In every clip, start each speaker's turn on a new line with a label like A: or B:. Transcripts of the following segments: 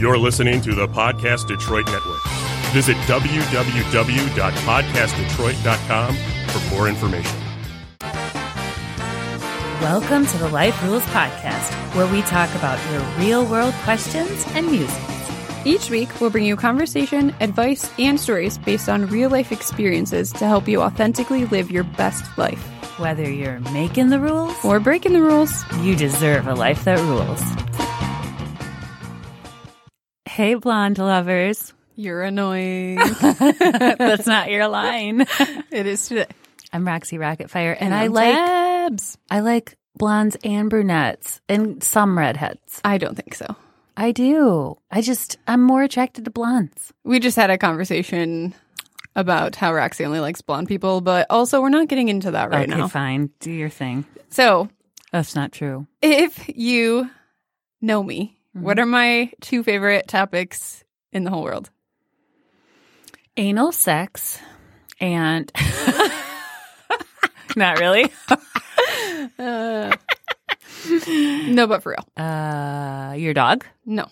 A: You're listening to the Podcast Detroit Network. Visit www.podcastdetroit.com for more information.
B: Welcome to the Life Rules Podcast, where we talk about your real world questions and music.
C: Each week, we'll bring you conversation, advice, and stories based on real life experiences to help you authentically live your best life.
B: Whether you're making the rules or
C: Or breaking the rules.
B: you deserve a life that rules. Hey, blonde lovers.
C: You're annoying.
B: That's not your line.
C: it is today.
B: I'm Roxy Rocketfire, and, I
C: I'm
B: like
C: Tabs.
B: I like blondes and brunettes and some redheads.
C: I don't think so.
B: I do. I just I'm more attracted to blondes.
C: We just had a conversation about how Roxy only likes blonde people, but also we're not getting into that right
B: okay,
C: now.
B: fine. Do your thing.
C: So,
B: That's not true.
C: if you know me, what are my two favorite topics in the whole world?
B: Anal sex and not really.
C: No, but for real.
B: Uh, your dog,
C: No.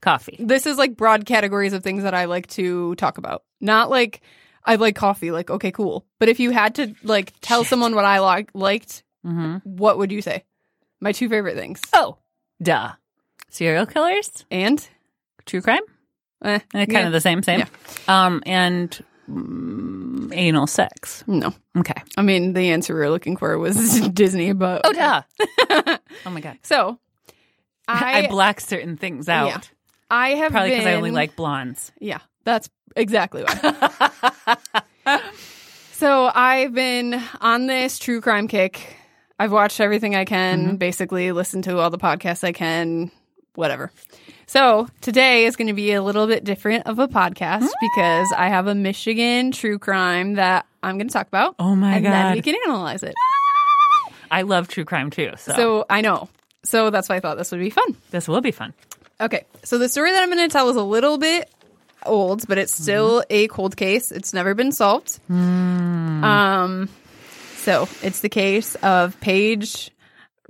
B: coffee.
C: this is like broad categories of things that I like to talk about. Not like I like coffee, like okay, cool. But if you had to like tell someone what I like liked,
B: Mm-hmm.
C: what would you say? My two favorite things.
B: Oh, duh. Serial killers,
C: And
B: true crime.
C: eh,
B: Eh, kind
C: yeah.
B: of the same, same.
C: Yeah.
B: Um, and mm, anal sex.
C: no.
B: Okay.
C: I mean, the answer we were looking for was Disney, but
B: Oh, duh. oh my god.
C: so
B: I,
C: I
B: black certain things out.
C: Yeah. I have
B: Probably because I only
C: been-
B: like blondes.
C: Yeah, that's exactly why. so I've been on this true crime kick. I've watched everything I can,
B: Mm-hmm.
C: basically, listened to all the podcasts I can, whatever. So today is going to be a little bit different of a podcast
B: Mm.
C: because I have a Michigan true crime that I'm going to talk about.
B: Oh my
C: and then we
B: God.
C: can analyze it.
B: I love true crime too. So,
C: So I know. So that's why I thought this would be fun.
B: this will be fun.
C: Okay, so the story that I'm going to tell is a little bit old, but it's still a cold case. It's never been solved.
B: Hmm.
C: Um, so it's the case of Paige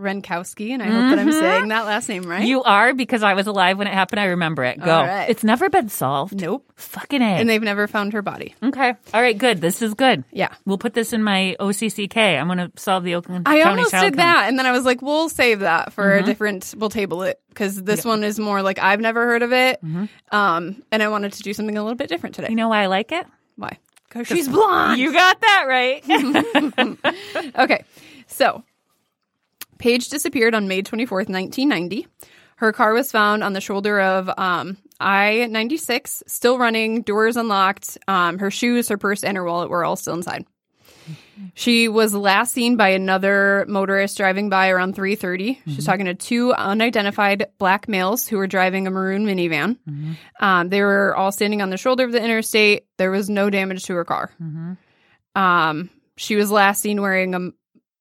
C: Renkowski, and I hope that I'm saying that last name right.
B: Mm-hmm. You are because I was alive when it happened. I remember it. Go.
C: All right.
B: It's never been solved.
C: nope.
B: Fucking A.
C: And they've never found her body.
B: okay. All right. Good. This is good.
C: Yeah.
B: We'll put this in my OCCK. I'm going to solve the Oakland
C: I
B: County Mm-hmm.
C: almost
B: Child
C: did
B: Crime.
C: that, and then I was like, "We'll save that for a different. We'll table it because this one is more like I've never heard of it, um, and I wanted to do something a little bit different today.
B: Mm-hmm. You know why I like it?
C: Why? Because she's blonde.
B: You got that right. Mm-hmm,
C: Okay, so Paige disappeared on May 24th, 1990. Her car was found on the shoulder of um, I 96, still running, doors unlocked. Um, her shoes, her purse, and her wallet were all still inside. She was last seen by another motorist driving by around 3:30. She's talking to two unidentified black males who were driving a maroon minivan. Um, they were all standing on the shoulder of the interstate. There was no damage to her car.
B: mm-hmm,
C: Um, she was last seen wearing a m-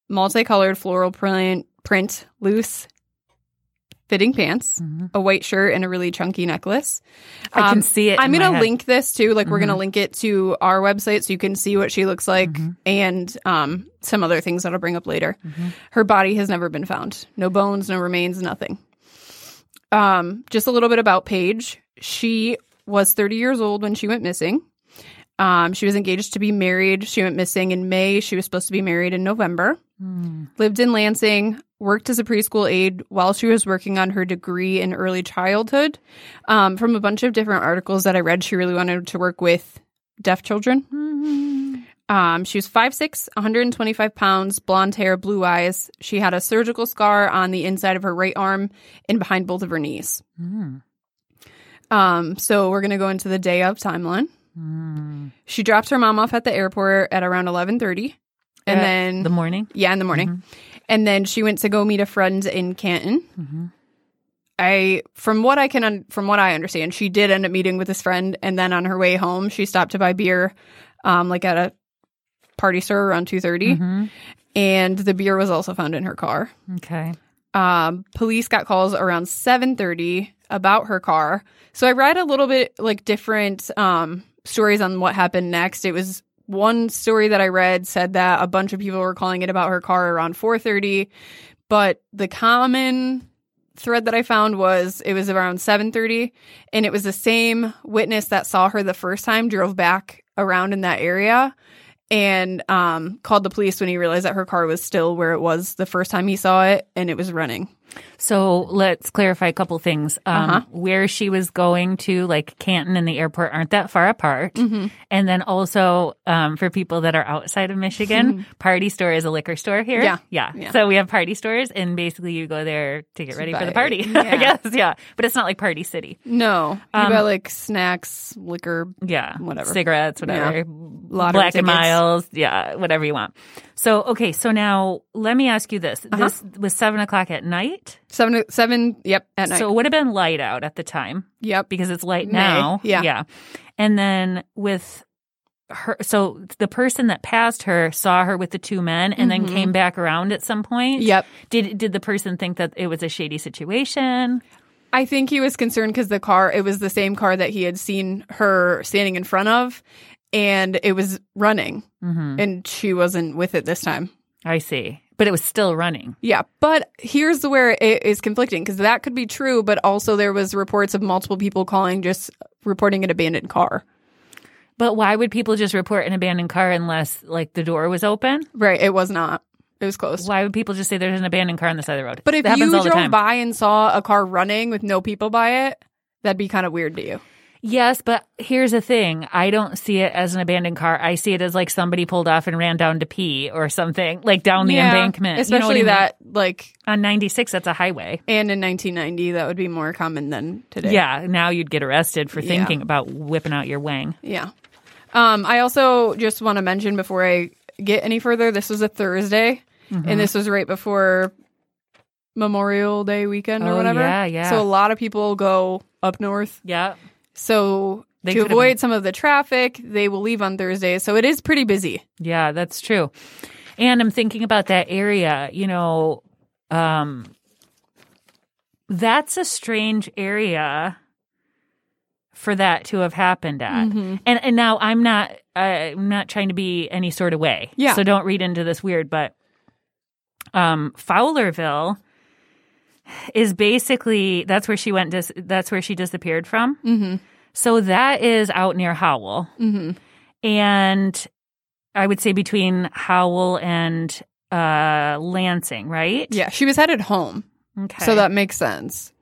C: multicolored floral print, print loose fitting pants, a white shirt, and a really chunky necklace.
B: mm-hmm.
C: Um,
B: I can see it.
C: I'm
B: in my
C: gonna
B: head. Mm-hmm.
C: link this too. Like we're gonna link it to our website so you can see what she looks like and um, some other things that I'll bring up later.
B: Mm-hmm.
C: Her body has never been found. No bones, no remains, nothing. Um, just a little bit about Paige. She was 30 years old when she went missing. Um, she was engaged to be married. She went missing in May. She was supposed to be married in November. Lived in Lansing, worked as a preschool aide while she was working on her degree in early childhood. Um, from a bunch of different articles that I read, she really wanted to work with deaf children. Um, she was 5'6, 125 pounds, blonde hair, blue eyes. She had a surgical scar on the inside of her right arm and behind both of her knees. Um, so we're going to go into the day of timeline. She drops her mom off at the airport at around 11:30 and
B: Uh,
C: then
B: the morning.
C: yeah, in the morning. And then she went to go meet a friend in Canton. I from what I can un- from what I understand, she did end up meeting with this friend and then on her way home, she stopped to buy beer um like at a party store around 2:30
B: Mm-hmm.
C: and the beer was also found in her car.
B: Okay.
C: Um, police got calls around 7:30 about her car. So I read a little bit like different um, stories on what happened next. It was one story that I read said that a bunch of people were calling it about her car around 4:30, but the common thread that I found was it was around 7:30 and it was the same witness that saw her the first time drove back around in that area and um, called the police when he realized that her car was still where it was the first time he saw it and it was running.
B: So let's clarify a couple things. Um,
C: Uh-huh.
B: Where she was going to, like Canton and the airport, aren't that far apart.
C: Mm-hmm.
B: And then also um, for people that are outside of Michigan, Party Store is a liquor store here.
C: Mm-hmm. Yeah.
B: yeah,
C: Yeah.
B: So we have party stores, and basically you go there to get ready for the
C: buy-
B: party. I
C: yeah.
B: guess, yeah. But it's not like Party City.
C: No, you
B: Um,
C: buy like snacks, liquor.
B: Yeah,
C: Whatever.
B: cigarettes, whatever.
C: Yeah. Lottery
B: Black and
C: tickets.
B: Miles, yeah, whatever you want. So okay, so now let me ask you this:
C: Uh-huh.
B: This was seven o'clock at night.
C: Seven, seven. Yep, at night.
B: So it would have been light out at the time
C: yep.
B: because it's light
C: May,
B: now.
C: yeah.
B: Yeah. And then with her, so the person that passed her saw her with the two men and then came back around at some point.
C: Mm-hmm. Yep.
B: Did did the person think that it was a shady situation?
C: I think he was concerned because the car, it was the same car that he had seen her standing in front of, and it was running, and she wasn't with it this time.
B: I see. But it was still running.
C: Yeah, but here's the where it is conflicting because that could be true, but also there was reports of multiple people calling just reporting an abandoned car.
B: But why would people just report an abandoned car unless like the door was open?
C: Right, it was not. It was closed.
B: Why would people just say there's an abandoned car on the side of the road?
C: But if
B: That
C: you
B: happens all the
C: drove
B: time.
C: by and saw a car running with no people by it, that'd be kind of weird to you.
B: Yes, but here's the thing. I don't see it as an abandoned car. I see it as like somebody pulled off and ran down to pee or something, like down the embankment. You know what
C: especially
B: I mean?
C: that like
B: on 96 that's a highway.
C: and in 1990 that would be more common than today.
B: Yeah, now you'd get arrested for thinking about whipping out your wang.
C: Yeah. Um, I also just want to mention before I get any further, this was a Thursday,
B: Mm-hmm.
C: and this was right before Memorial Day weekend or
B: Oh,
C: whatever.
B: yeah, yeah.
C: So a lot of people go up north.
B: Yeah.
C: So
B: They
C: to
B: could've-
C: avoid some of the traffic, they will leave on Thursday. So it is pretty busy.
B: Yeah, that's true. And I'm thinking about that area, you know, um that's a strange area for that to have happened at. And and now I'm not I'm not trying to be any sort of way.
C: Yeah.
B: So don't read into this weird, but um Fowlerville is basically that's where she went dis- that's where she disappeared from. Mm-hmm. So that is out near Howell.
C: Mm-hmm.
B: And I would say between Howell and uh, Lansing, right?
C: Yeah, she was headed home,
B: Okay.
C: so that makes sense.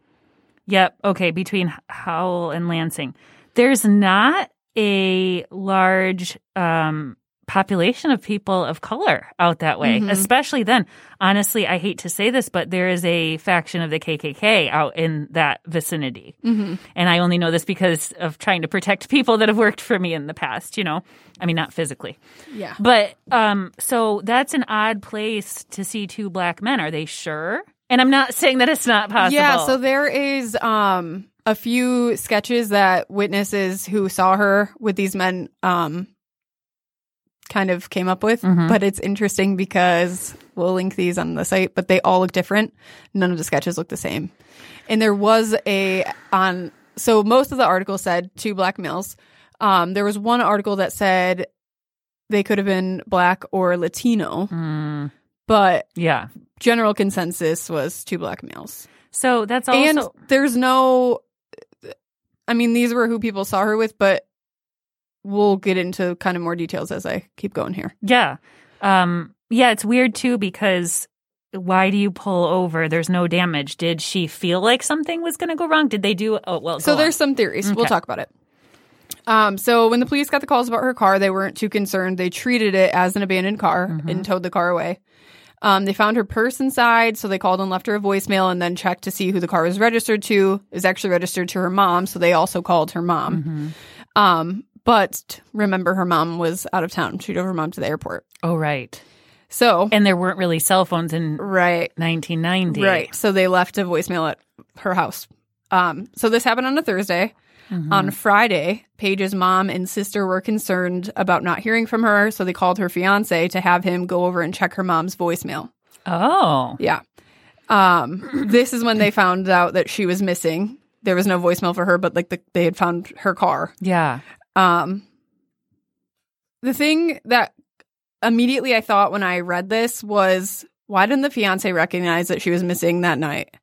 B: Yep. Okay. Between Howell and Lansing, there's not a large um, population of people of color out that way,
C: Mm-hmm.
B: especially then. Honestly, I hate to say this, but there is a faction of the KKK out in that vicinity, mm-hmm. and I only know this because of trying to protect people that have worked for me in the past. You know, I mean, not physically.
C: Yeah.
B: But um, so that's an odd place to see two black men. Are they sure? And I'm not saying that it's not possible.
C: Yeah, so there is um a few sketches that witnesses who saw her with these men um kind of came up with, but it's interesting because we'll link these on the site, but they all look different. None of the sketches look the same. And there was a on so most of the article said two black males. Um there was one article that said they could have been black or Latino,
B: Mm,
C: but
B: yeah.
C: general consensus was two black males.
B: So that's also
C: And there's no, I mean, these were who people saw her with, but we'll get into kind of more details as I keep going here.
B: yeah, um, yeah. It's weird too because why do you pull over? There's no damage. Did she feel like something was going to go wrong? Did they do? Oh well.
C: So
B: go
C: there's
B: on.
C: some theories. We'll
B: Okay.
C: talk about it. Um, so when the police got the calls about her car, they weren't too concerned. They treated it as an abandoned car
B: Mm-hmm.
C: and towed the car away. Um, they found her purse inside, so they called and left her a voicemail and then checked to see who the car was registered to. It was actually registered to her mom, so they also called her mom.
B: Mm-hmm.
C: Um, but remember, her mom was out of town. She drove her mom to the airport.
B: Oh right.
C: So
B: And there weren't really cell phones in
C: right,
B: 1990.
C: right. So they left a voicemail at her house. Um, so this happened on a Thursday. On Friday, Paige's mom and sister were concerned about not hearing from her, so they called her fiance to have him go over and check her mom's voicemail.
B: Oh.
C: Yeah. Um, this is when they found out that she was missing. There was no voicemail for her, but like the, they had found her car.
B: Yeah.
C: Um, the thing that immediately I thought when I read this was, why didn't the fiance recognize that she was missing that night?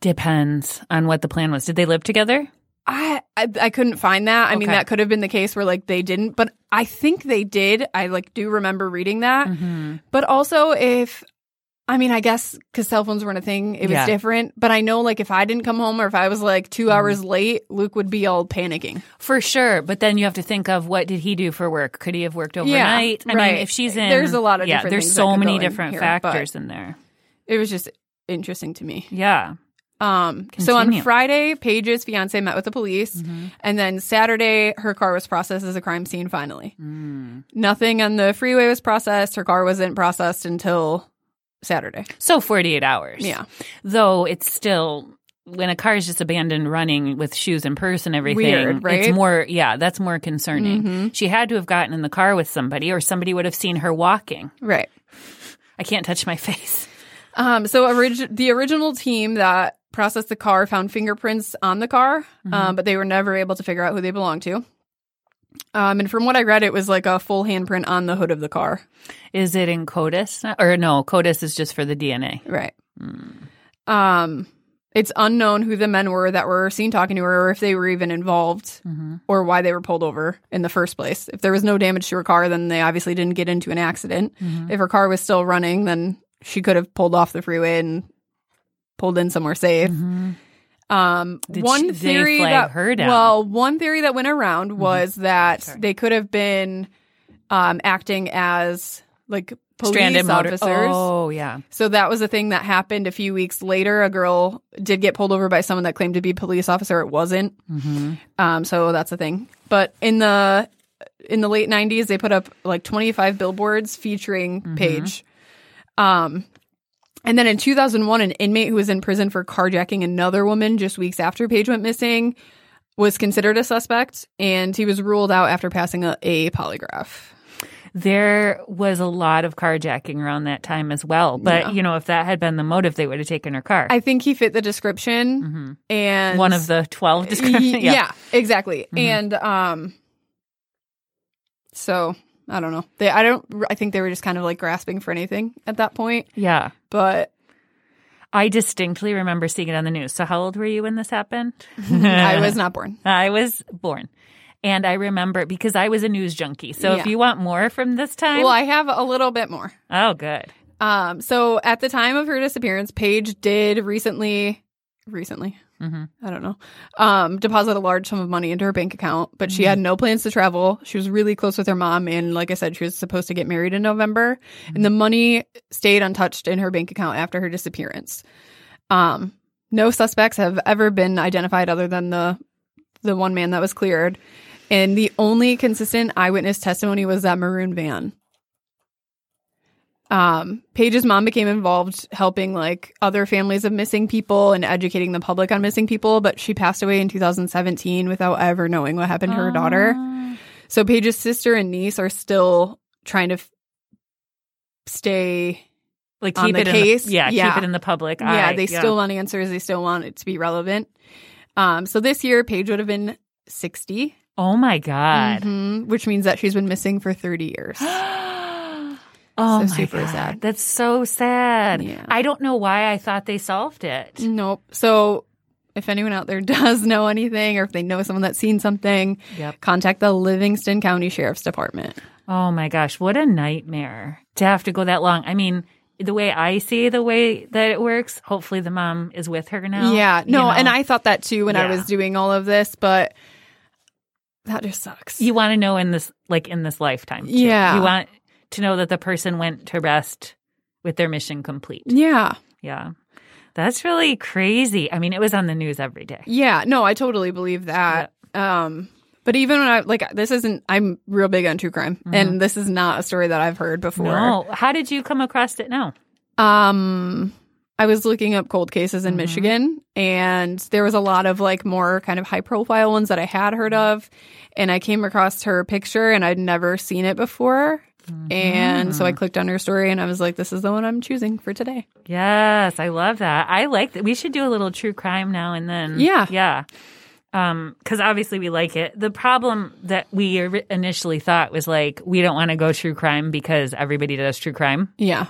B: Depends on what the plan was. Did they live together?
C: I, I I couldn't find that. I mean,
B: Okay.
C: that could have been the case where like they didn't, but I think they did. I like do remember reading that.
B: Mm-hmm.
C: But also, if I mean, I guess because cell phones weren't a thing, it was
B: Yeah. Mm.
C: different. But I know like if I didn't come home or if I was like two hours late, Luke would be all panicking.
B: For sure. But then you have to think of what did he do for work? Could he have worked overnight? I
C: right.
B: mean, if she's in.
C: There's a lot of
B: yeah,
C: different
B: There's
C: things that
B: so
C: could
B: many
C: go in
B: different
C: here, but-
B: factors in there.
C: It was just interesting to me.
B: Yeah.
C: Um, so on
B: Continue.
C: Friday, Paige's fiance met with the police, and then Saturday, her car was processed as a crime scene. Finally, nothing on the freeway was processed. Her car wasn't processed until Saturday.
B: So 48 hours.
C: Yeah.
B: Though it's still. When a car is just abandoned running with shoes and purse and everything,
C: Weird, right? Mm-hmm.
B: it's more, yeah, that's more concerning. She had to have gotten in the car with somebody or somebody would have seen her walking.
C: Right.
B: I can't touch my face.
C: Um, so orig- the original team that processed the car found fingerprints on the car, um, but they were never able to figure out who they belonged to. Um, and from what I read, it was like a full handprint on the hood of the car.
B: Is it in CODIS? Or no, CODIS is just for the DNA.
C: Right. Um, it's unknown who the men were that were seen talking to her, or if they were even involved,
B: Mm-hmm.
C: or why they were pulled over in the first place. If there was no damage to her car, then they obviously didn't get into an accident.
B: Mm-hmm.
C: If her car was still running, then she could have pulled off the freeway and pulled in somewhere safe. Um,
B: Mm-hmm. Did
C: one
B: she- they
C: theory
B: flag
C: that
B: her down? Mm-hmm.
C: well, one theory that went around was that
B: Sorry.
C: they could have been um, acting as like police
B: Stranded motor-
C: officers.
B: Oh, yeah.
C: So that was a thing that happened a few weeks later. A girl did get pulled over by someone that claimed to be a police officer. It wasn't.
B: Mm-hmm.
C: Um, so that's a thing. But in the in the late '90s, they put up like 25 billboards featuring
B: Mm-hmm.
C: Paige. Um, and then in 2001, an inmate who was in prison for carjacking another woman just weeks after Paige went missing was considered a suspect, and he was ruled out after passing a, a polygraph.
B: There was a lot of carjacking around that time as well. But, you know, if that had been the motive, they would have taken her car.
C: I think he fit the description, and
B: Mm-hmm. One of the 12 descriptions.
C: Y- yeah. exactly. And um, so I don't know. They, I don't. I think they were just kind of like grasping for anything at that point.
B: Yeah.
C: But
B: I distinctly remember seeing it on the news. So, how old were you when this happened?
C: I was not born.
B: I was born. And I remember because I was a news junkie. So, if
C: Yeah.
B: you want more from this time,
C: Well, I have a little bit more.
B: oh, good.
C: Um, so at the time of her disappearance, Paige did recently, recently,
B: Mhm.
C: I don't know, um, deposit a large sum of money into her bank account, but she had no plans to travel. She was really close with her mom, and like I said, she was supposed to get married in November, and the money stayed untouched in her bank account after her disappearance. Um, no suspects have ever been identified other than the the one man that was cleared. And the only consistent eyewitness testimony was that maroon van. Um, Paige's mom became involved helping like other families of missing people and educating the public on missing people, but she passed away in 2017 without ever knowing what happened to her
B: Ah.
C: daughter. So Paige's sister and niece are still trying to f- stay
B: Like, keep
C: on the
B: it
C: case?
B: In the, yeah,
C: Yeah.
B: Keep it in the public eye.
C: yeah, they still want answers. They still want it to be relevant. Um, so this year, Paige would have been 60,
B: Oh, my God.
C: mhm, which means that she's been missing for 30 years.
B: Oh,
C: So
B: my
C: super
B: God.
C: sad.
B: That's so sad.
C: Yeah.
B: I don't know why I thought they solved it.
C: nope. So if anyone out there does know anything or if they know someone that's seen something,
B: Yep.
C: contact the Livingston County Sheriff's Department.
B: Oh my gosh, what a nightmare to have to go that long. I mean, the way I see the way that it works, hopefully the mom is with her now.
C: yeah.
B: you
C: No,
B: know?
C: and I thought that too when I
B: Yeah.
C: was doing all of this, but that just sucks.
B: you want to know in this like in this lifetime. too.
C: Yeah.
B: You want to know that the person went to rest with their mission complete.
C: yeah.
B: Yeah. That's really crazy. I mean, it was on the news every day.
C: Yeah, no, I totally believe that. Um, but even when I like this isn't I'm real big on true crime, and this is not a story that I've heard before.
B: No. How did you come across it now?
C: Um, I was looking up cold cases in Michigan, and there was a lot of like more kind of high profile ones that I had heard of, and I came across her picture, and I'd never seen it before. And so I clicked on her story and I was like, this is the one I'm choosing for today.
B: Yes, I love that. I like that. We should do a little true crime now and then.
C: Yeah.
B: Yeah. Because obviously we like it. The problem that we ori- initially thought was like, we don't want to go true crime because everybody does true crime.
C: Yeah.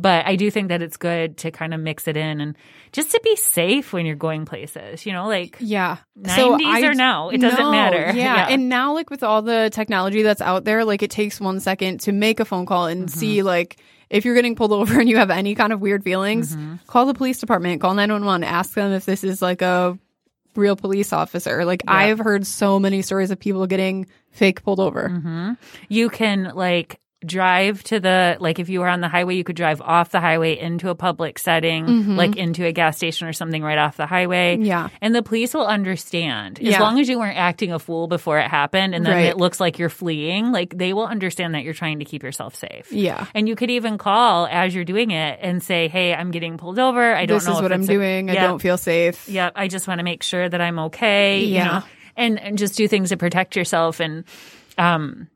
B: But I do think that it's good to kind of mix it in and just to be safe when you're going places, you know, like
C: Yeah.
B: 90s or no, it doesn't
C: no,
B: matter.
C: Yeah.
B: Yeah.
C: And now, like with all the technology that's out there, like it takes one second to make a phone call and
B: Mm-hmm.
C: see, like, if you're getting pulled over and you have any kind of weird feelings,
B: Mm-hmm.
C: call the police department, call 911, ask them if this is like a real police officer. Like, I've heard so many stories of people getting fake pulled over.
B: Mm-hmm. you can like drive to the like if you were on the highway you could drive off the highway into a public setting like into a gas station or something right off the highway
C: Mm-hmm. Yeah.
B: and the police will understand as
C: Yeah.
B: long as you weren't acting a fool before it happened and then
C: Right.
B: it looks like you're fleeing like they will understand that you're trying to keep yourself safe
C: Yeah.
B: and you could even call as you're doing it and say hey i'm getting pulled over i don't
C: This
B: know
C: is
B: if
C: what I'm
B: it's a-
C: doing. I
B: Yeah.
C: don't feel safe.
B: Yep. I just want to make sure that I'm okay.
C: Yeah.
B: You know, and, and just do things to protect yourself. And um,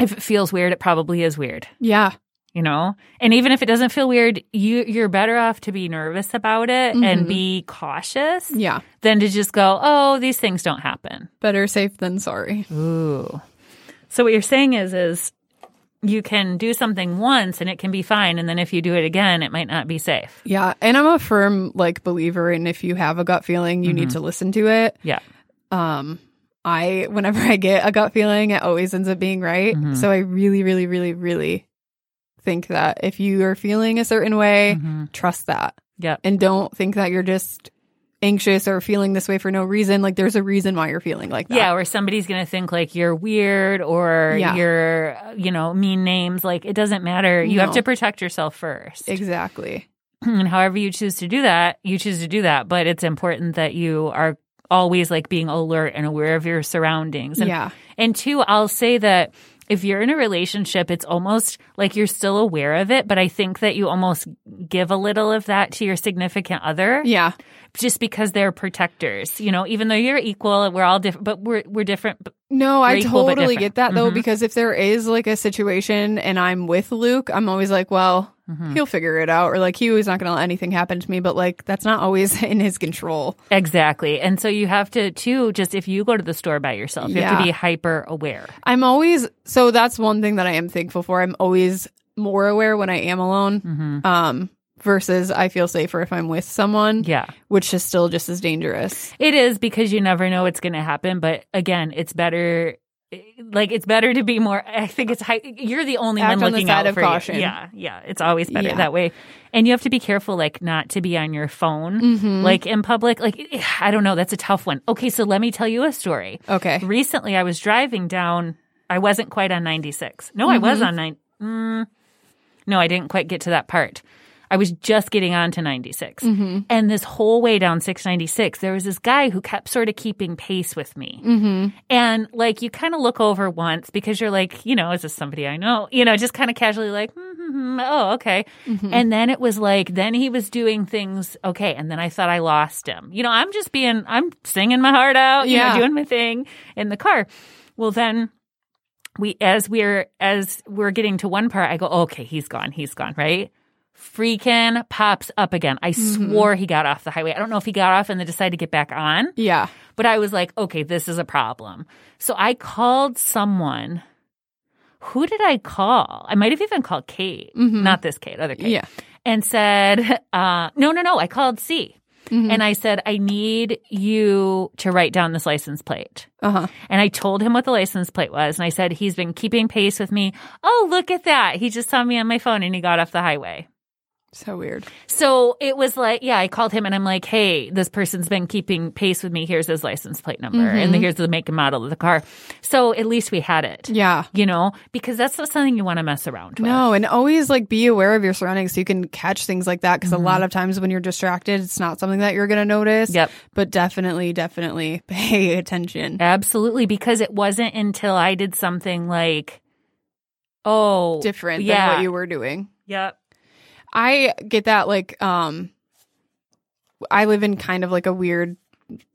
B: if it feels weird, it probably is weird.
C: Yeah.
B: You know, and even if it doesn't feel weird, you you're better off to be nervous about it and be cautious
C: Yeah.
B: than to just go, oh, these things don't happen.
C: Better safe than sorry.
B: Ooh. So what you're saying is, is you can do something once and it can be fine, and then if you do it again, it might not be safe.
C: Yeah. And I'm a firm, like, believer in if you have a gut feeling, you
B: Mm-hmm.
C: need to listen to it.
B: Yeah.
C: um i whenever i get a gut feeling it always ends up being right so i really really really really think that if you are feeling a certain way trust that
B: Mm-hmm. Yep.
C: and don't think that you're just anxious or feeling this way for no reason like there's a reason why you're feeling like that
B: Yeah, or somebody's going to think like you're weird or
C: Yeah.
B: you're, you know, mean names. Like it doesn't matter. You have
C: No.
B: to protect yourself first.
C: exactly
B: and however you choose to do that, you choose to do that. But it's important that you are always like being alert and aware of your surroundings. And,
C: Yeah.
B: And two, I'll say that if you're in a relationship, it's almost like you're still aware of it. But I think that you almost give a little of that to your significant other
C: yeah
B: just because they're protectors. You know, even though you're equal, and we're all different, but we're, we're different. But
C: no i
B: Equal but
C: totally
B: different.
C: get that though because if there is like a situation and i'm with luke i'm always like well he'll figure it out or like he was not gonna let anything happen to me but like that's not always in his control
B: Exactly. And so you have to, too, just if you go to the store by yourself, you have to
C: Yeah.
B: be hyper aware.
C: I'm always so that's one thing that I am thankful for. I'm always more aware when I am alone. Um versus I feel safer if I'm with someone.
B: Yeah.
C: Which is still just as dangerous.
B: It is because you never know what's going to happen. But again, it's better. eh, Like it's better to be more. I think it's high, you're the only
C: Act
B: one
C: on the
B: looking
C: side
B: out
C: of
B: for you.
C: caution.
B: Yeah, yeah. It's always better
C: Yeah.
B: that way, and you have to be careful, like not to be on your phone,
C: Mm-hmm.
B: like in public. Like I don't know, that's a tough one. Okay, so let me tell you a story.
C: Okay.
B: Recently, I was driving down. I wasn't quite on 96. No, I was on 9. Mm, no, I didn't quite get to that part. I was just getting on to 96. And this whole way down 696, there was this guy who kept sort of keeping pace with me. And like you kind of look over once because you're like, you know, is this somebody I know? You know, just kind of casually like, mm-hmm, oh, okay. And then it was like, then he was doing things, okay. And then I thought I lost him. You know, I'm just being, I'm singing my heart out, you
C: Yeah.
B: know, doing my thing in the car. Well, then we, as we're, as we're getting to one part, I go, okay, he's gone, he's gone, right? Freaking pops up again. I swore he got off the highway. I don't know if he got off and then decided to get back on.
C: Yeah.
B: But I was like, okay, this is a problem. So I called someone. Who did I call? I might have even called Kate, not this Kate, other Kate.
C: Yeah.
B: And said, uh, no, no, no, I called C. And I said, I need you to write down this license plate.
C: Uh-huh.
B: And I told him what the license plate was. And I said, he's been keeping pace with me. Oh, look at that. He just saw me on my phone and he got off the highway.
C: So weird.
B: So it was like, yeah, I called him and I'm like, hey, this person's been keeping pace with me. Here's his license plate number and here's the make and model of the car. So at least we had it,
C: Mm-hmm. Yeah.
B: you know, because that's not something you want to mess around with.
C: No, and always like be aware of your surroundings so you can catch things like that because a lot of times when you're distracted, it's not something that you're going to notice.
B: Yep.
C: But definitely, definitely pay attention.
B: Absolutely. Because it wasn't until I did something like, oh,
C: Different
B: yeah,
C: than what you were doing.
B: Yep.
C: I get that like um I live in kind of like a weird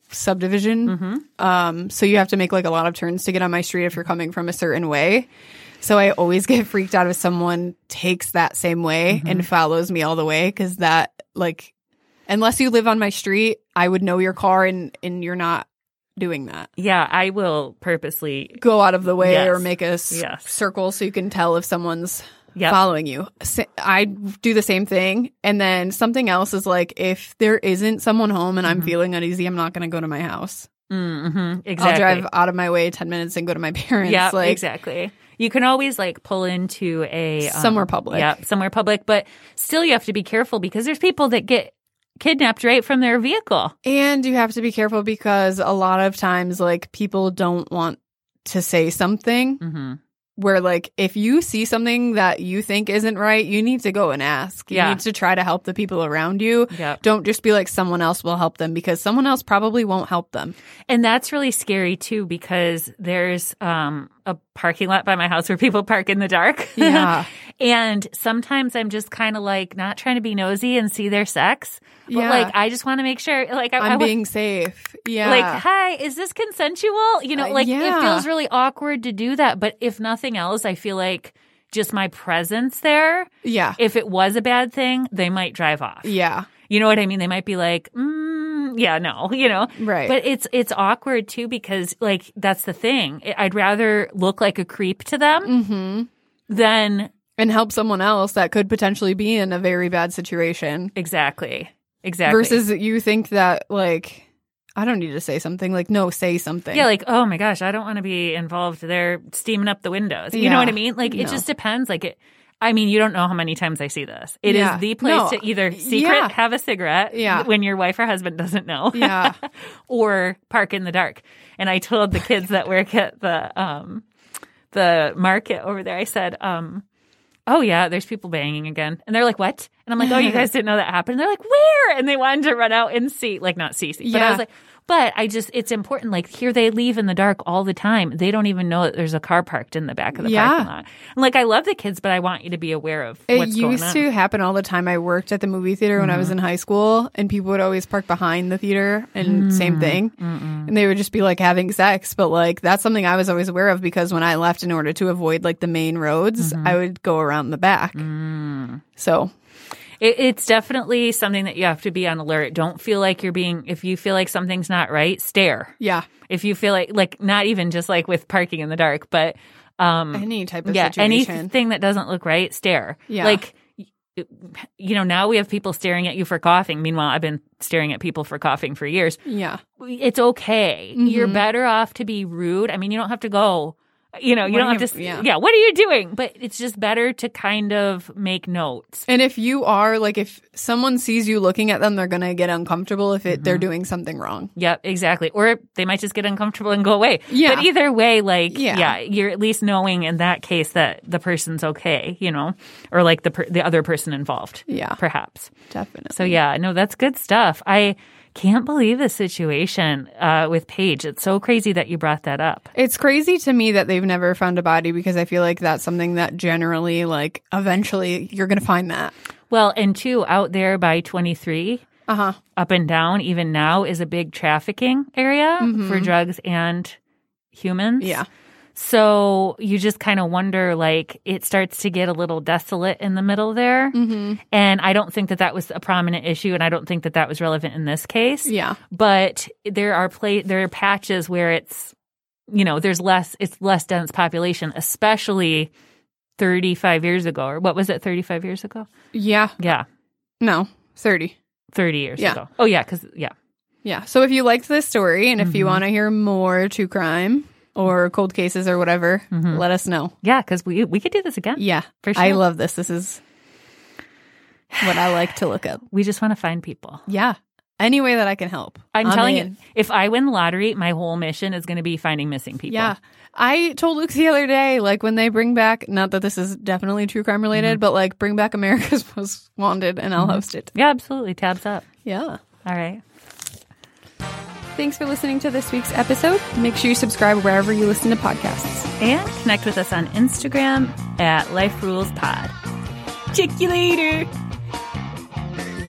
C: subdivision.
B: Mm-hmm.
C: Um so you have to make like a lot of turns to get on my street if you're coming from a certain way. So I always get freaked out if someone takes that same way
B: Mm-hmm.
C: and follows me all the way cuz that like unless you live on my street, I would know your car and and you're not doing that.
B: Yeah. I will purposely
C: Go out of the way
B: Yes.
C: or make a s-
B: Yes.
C: circle so you can tell if someone's
B: Yep.
C: following you. S- I do the same thing. And then something else is like, if there isn't someone home and I'm feeling uneasy, I'm not going to go to my house.
B: Mm-hmm. Exactly.
C: I'll drive out of my way 10 minutes and go to my parents.
B: Yeah,
C: like,
B: exactly. You can always like pull into a um,
C: Somewhere public.
B: Yep, somewhere public, but still you have to be careful because there's people that get kidnapped right from their vehicle.
C: And you have to be careful because a lot of times, like, people don't want to say something
B: Mm-hmm.
C: where, like, if you see something that you think isn't right, you need to go and ask. You
B: Yeah.
C: need to try to help the people around you.
B: Yep.
C: Don't just be like, someone else will help them because someone else probably won't help them.
B: And that's really scary too because there's um, a parking lot by my house where people park in the dark.
C: Yeah.
B: and sometimes I'm just kind of like not trying to be nosy and see their sex, but
C: Yeah.
B: like I just want to make sure like I, I
C: I'm
B: wa-
C: being safe. Yeah.
B: Like, hi, is this consensual? You know,
C: Uh,
B: like
C: yeah.
B: it feels really awkward to do that. But if nothing else, I feel like just my presence there,
C: yeah.
B: if it was a bad thing, they might drive off.
C: yeah.
B: You know what I mean? They might be like, mm, yeah, no, you know.
C: Right.
B: But it's it's awkward too because like that's the thing. I- I'd rather look like a creep to them
C: Mm.
B: than
C: Mm-hmm. and help someone else that could potentially be in a very bad situation.
B: exactly exactly
C: Versus you think that, like, I don't need to say something. Like, no, say something.
B: Yeah, like, oh my gosh, I don't want to be involved. They're steaming up the windows. You
C: Yeah.
B: know what I mean? Like, it
C: No.
B: just depends. Like, it, I mean, you don't know how many times I see this. It is
C: Yeah.
B: the place
C: No.
B: to either secret,
C: Yeah.
B: have a cigarette
C: Yeah.
B: when your wife or husband doesn't know,
C: Yeah.
B: or park in the dark. And I told the kids that work at the, um, the market over there, I said, um, oh yeah, there's people banging again. And they're like, what? And I'm like, oh, you guys didn't know that happened. And they're like, where? And they wanted to run out and see, like not see, see. But I
C: Yeah.
B: was like, but I just, it's important. Like here they leave in the dark all the time. They don't even know that there's a car parked in the back of the
C: Yeah.
B: parking lot. And like, I love the kids, but I want you to be aware of
C: It
B: what's
C: used
B: going on. Mm-hmm.
C: to happen all the time. I worked at the movie theater when I was in high school, and people would always park behind the theater, and same
B: Mm-hmm.
C: thing. And they would just be like having sex, but like that's something I was always aware of because when I left, in order to avoid like the main roads,
B: Mm-hmm.
C: I would go around the back.
B: Mm.
C: So
B: It, it's definitely something that you have to be on alert. Don't feel like you're being, if you feel like something's not right, stare.
C: yeah,
B: If you feel like, like not even just like with parking in the dark, but, um,
C: any type of
B: yeah,
C: situation.
B: anything that doesn't look right, stare.
C: Yeah.
B: Like, y- you know, now we have people staring at you for coughing. Meanwhile, I've been staring at people for coughing for years.
C: yeah,
B: It's okay. You're
C: Mm-hmm.
B: better off to be rude. I mean, you don't have to go. You know, you
C: What
B: don't
C: are
B: have
C: you-
B: to. s-
C: yeah.
B: yeah, what are you doing? But it's just better to kind of make notes.
C: and if you are like if someone sees you looking at them, they're gonna get uncomfortable if it they're
B: Mm-hmm.
C: doing something wrong.
B: Yep, exactly. Or they might just get uncomfortable and go away.
C: Yeah.
B: But either way, like,
C: Yeah.
B: yeah. you're at least knowing in that case that the person's okay, you know, or like the per- the other person involved.
C: Yeah.
B: perhaps.
C: Definitely.
B: So yeah, no, that's good stuff. I can't believe the situation uh, with Paige. It's so crazy that you brought that up.
C: It's crazy to me that they've never found a body because I feel like that's something that generally, like, eventually you're going to find that.
B: Well, and two out there by twenty three.
C: Uh huh.
B: up and down even now is a big trafficking area for drugs and humans.
C: Mm-hmm. Yeah.
B: So you just kind of wonder like it starts to get a little desolate in the middle there.
C: Mm.
B: Mm-hmm. And I don't think that that was a prominent issue and I don't think that that was relevant in this case.
C: Yeah.
B: But there are pla- there are patches where it's you know there's less it's less dense population especially 35 years ago or what was it 35 years ago?
C: Yeah.
B: Yeah,
C: No, 30.
B: 30 years
C: Yeah.
B: ago. Oh yeah, cuz yeah.
C: Yeah. So if you liked this story and if you
B: Mm-hmm.
C: want to hear more true crime or cold cases or whatever,
B: Mm-hmm.
C: let us know.
B: Yeah, because we we could do this again.
C: Yeah.
B: For
C: I
B: sure.
C: love this. This is what I like to look up.
B: We just want to find people.
C: Yeah. Any way that I can help.
B: I'm, telling
C: in.
B: you, if I win the lottery, my whole mission is going to be finding missing people.
C: Yeah. I told Luke the other day, like when they bring back, not that this is definitely true crime related, but like bring back America's Most Wanted and I'll host it.
B: Yeah, absolutely. Tabs up.
C: Mm-hmm. Yeah.
B: All right.
C: Thanks for listening to this week's episode. Make sure you subscribe wherever you listen to podcasts.
B: And connect with us on Instagram at Life Rules Pod. Check you later.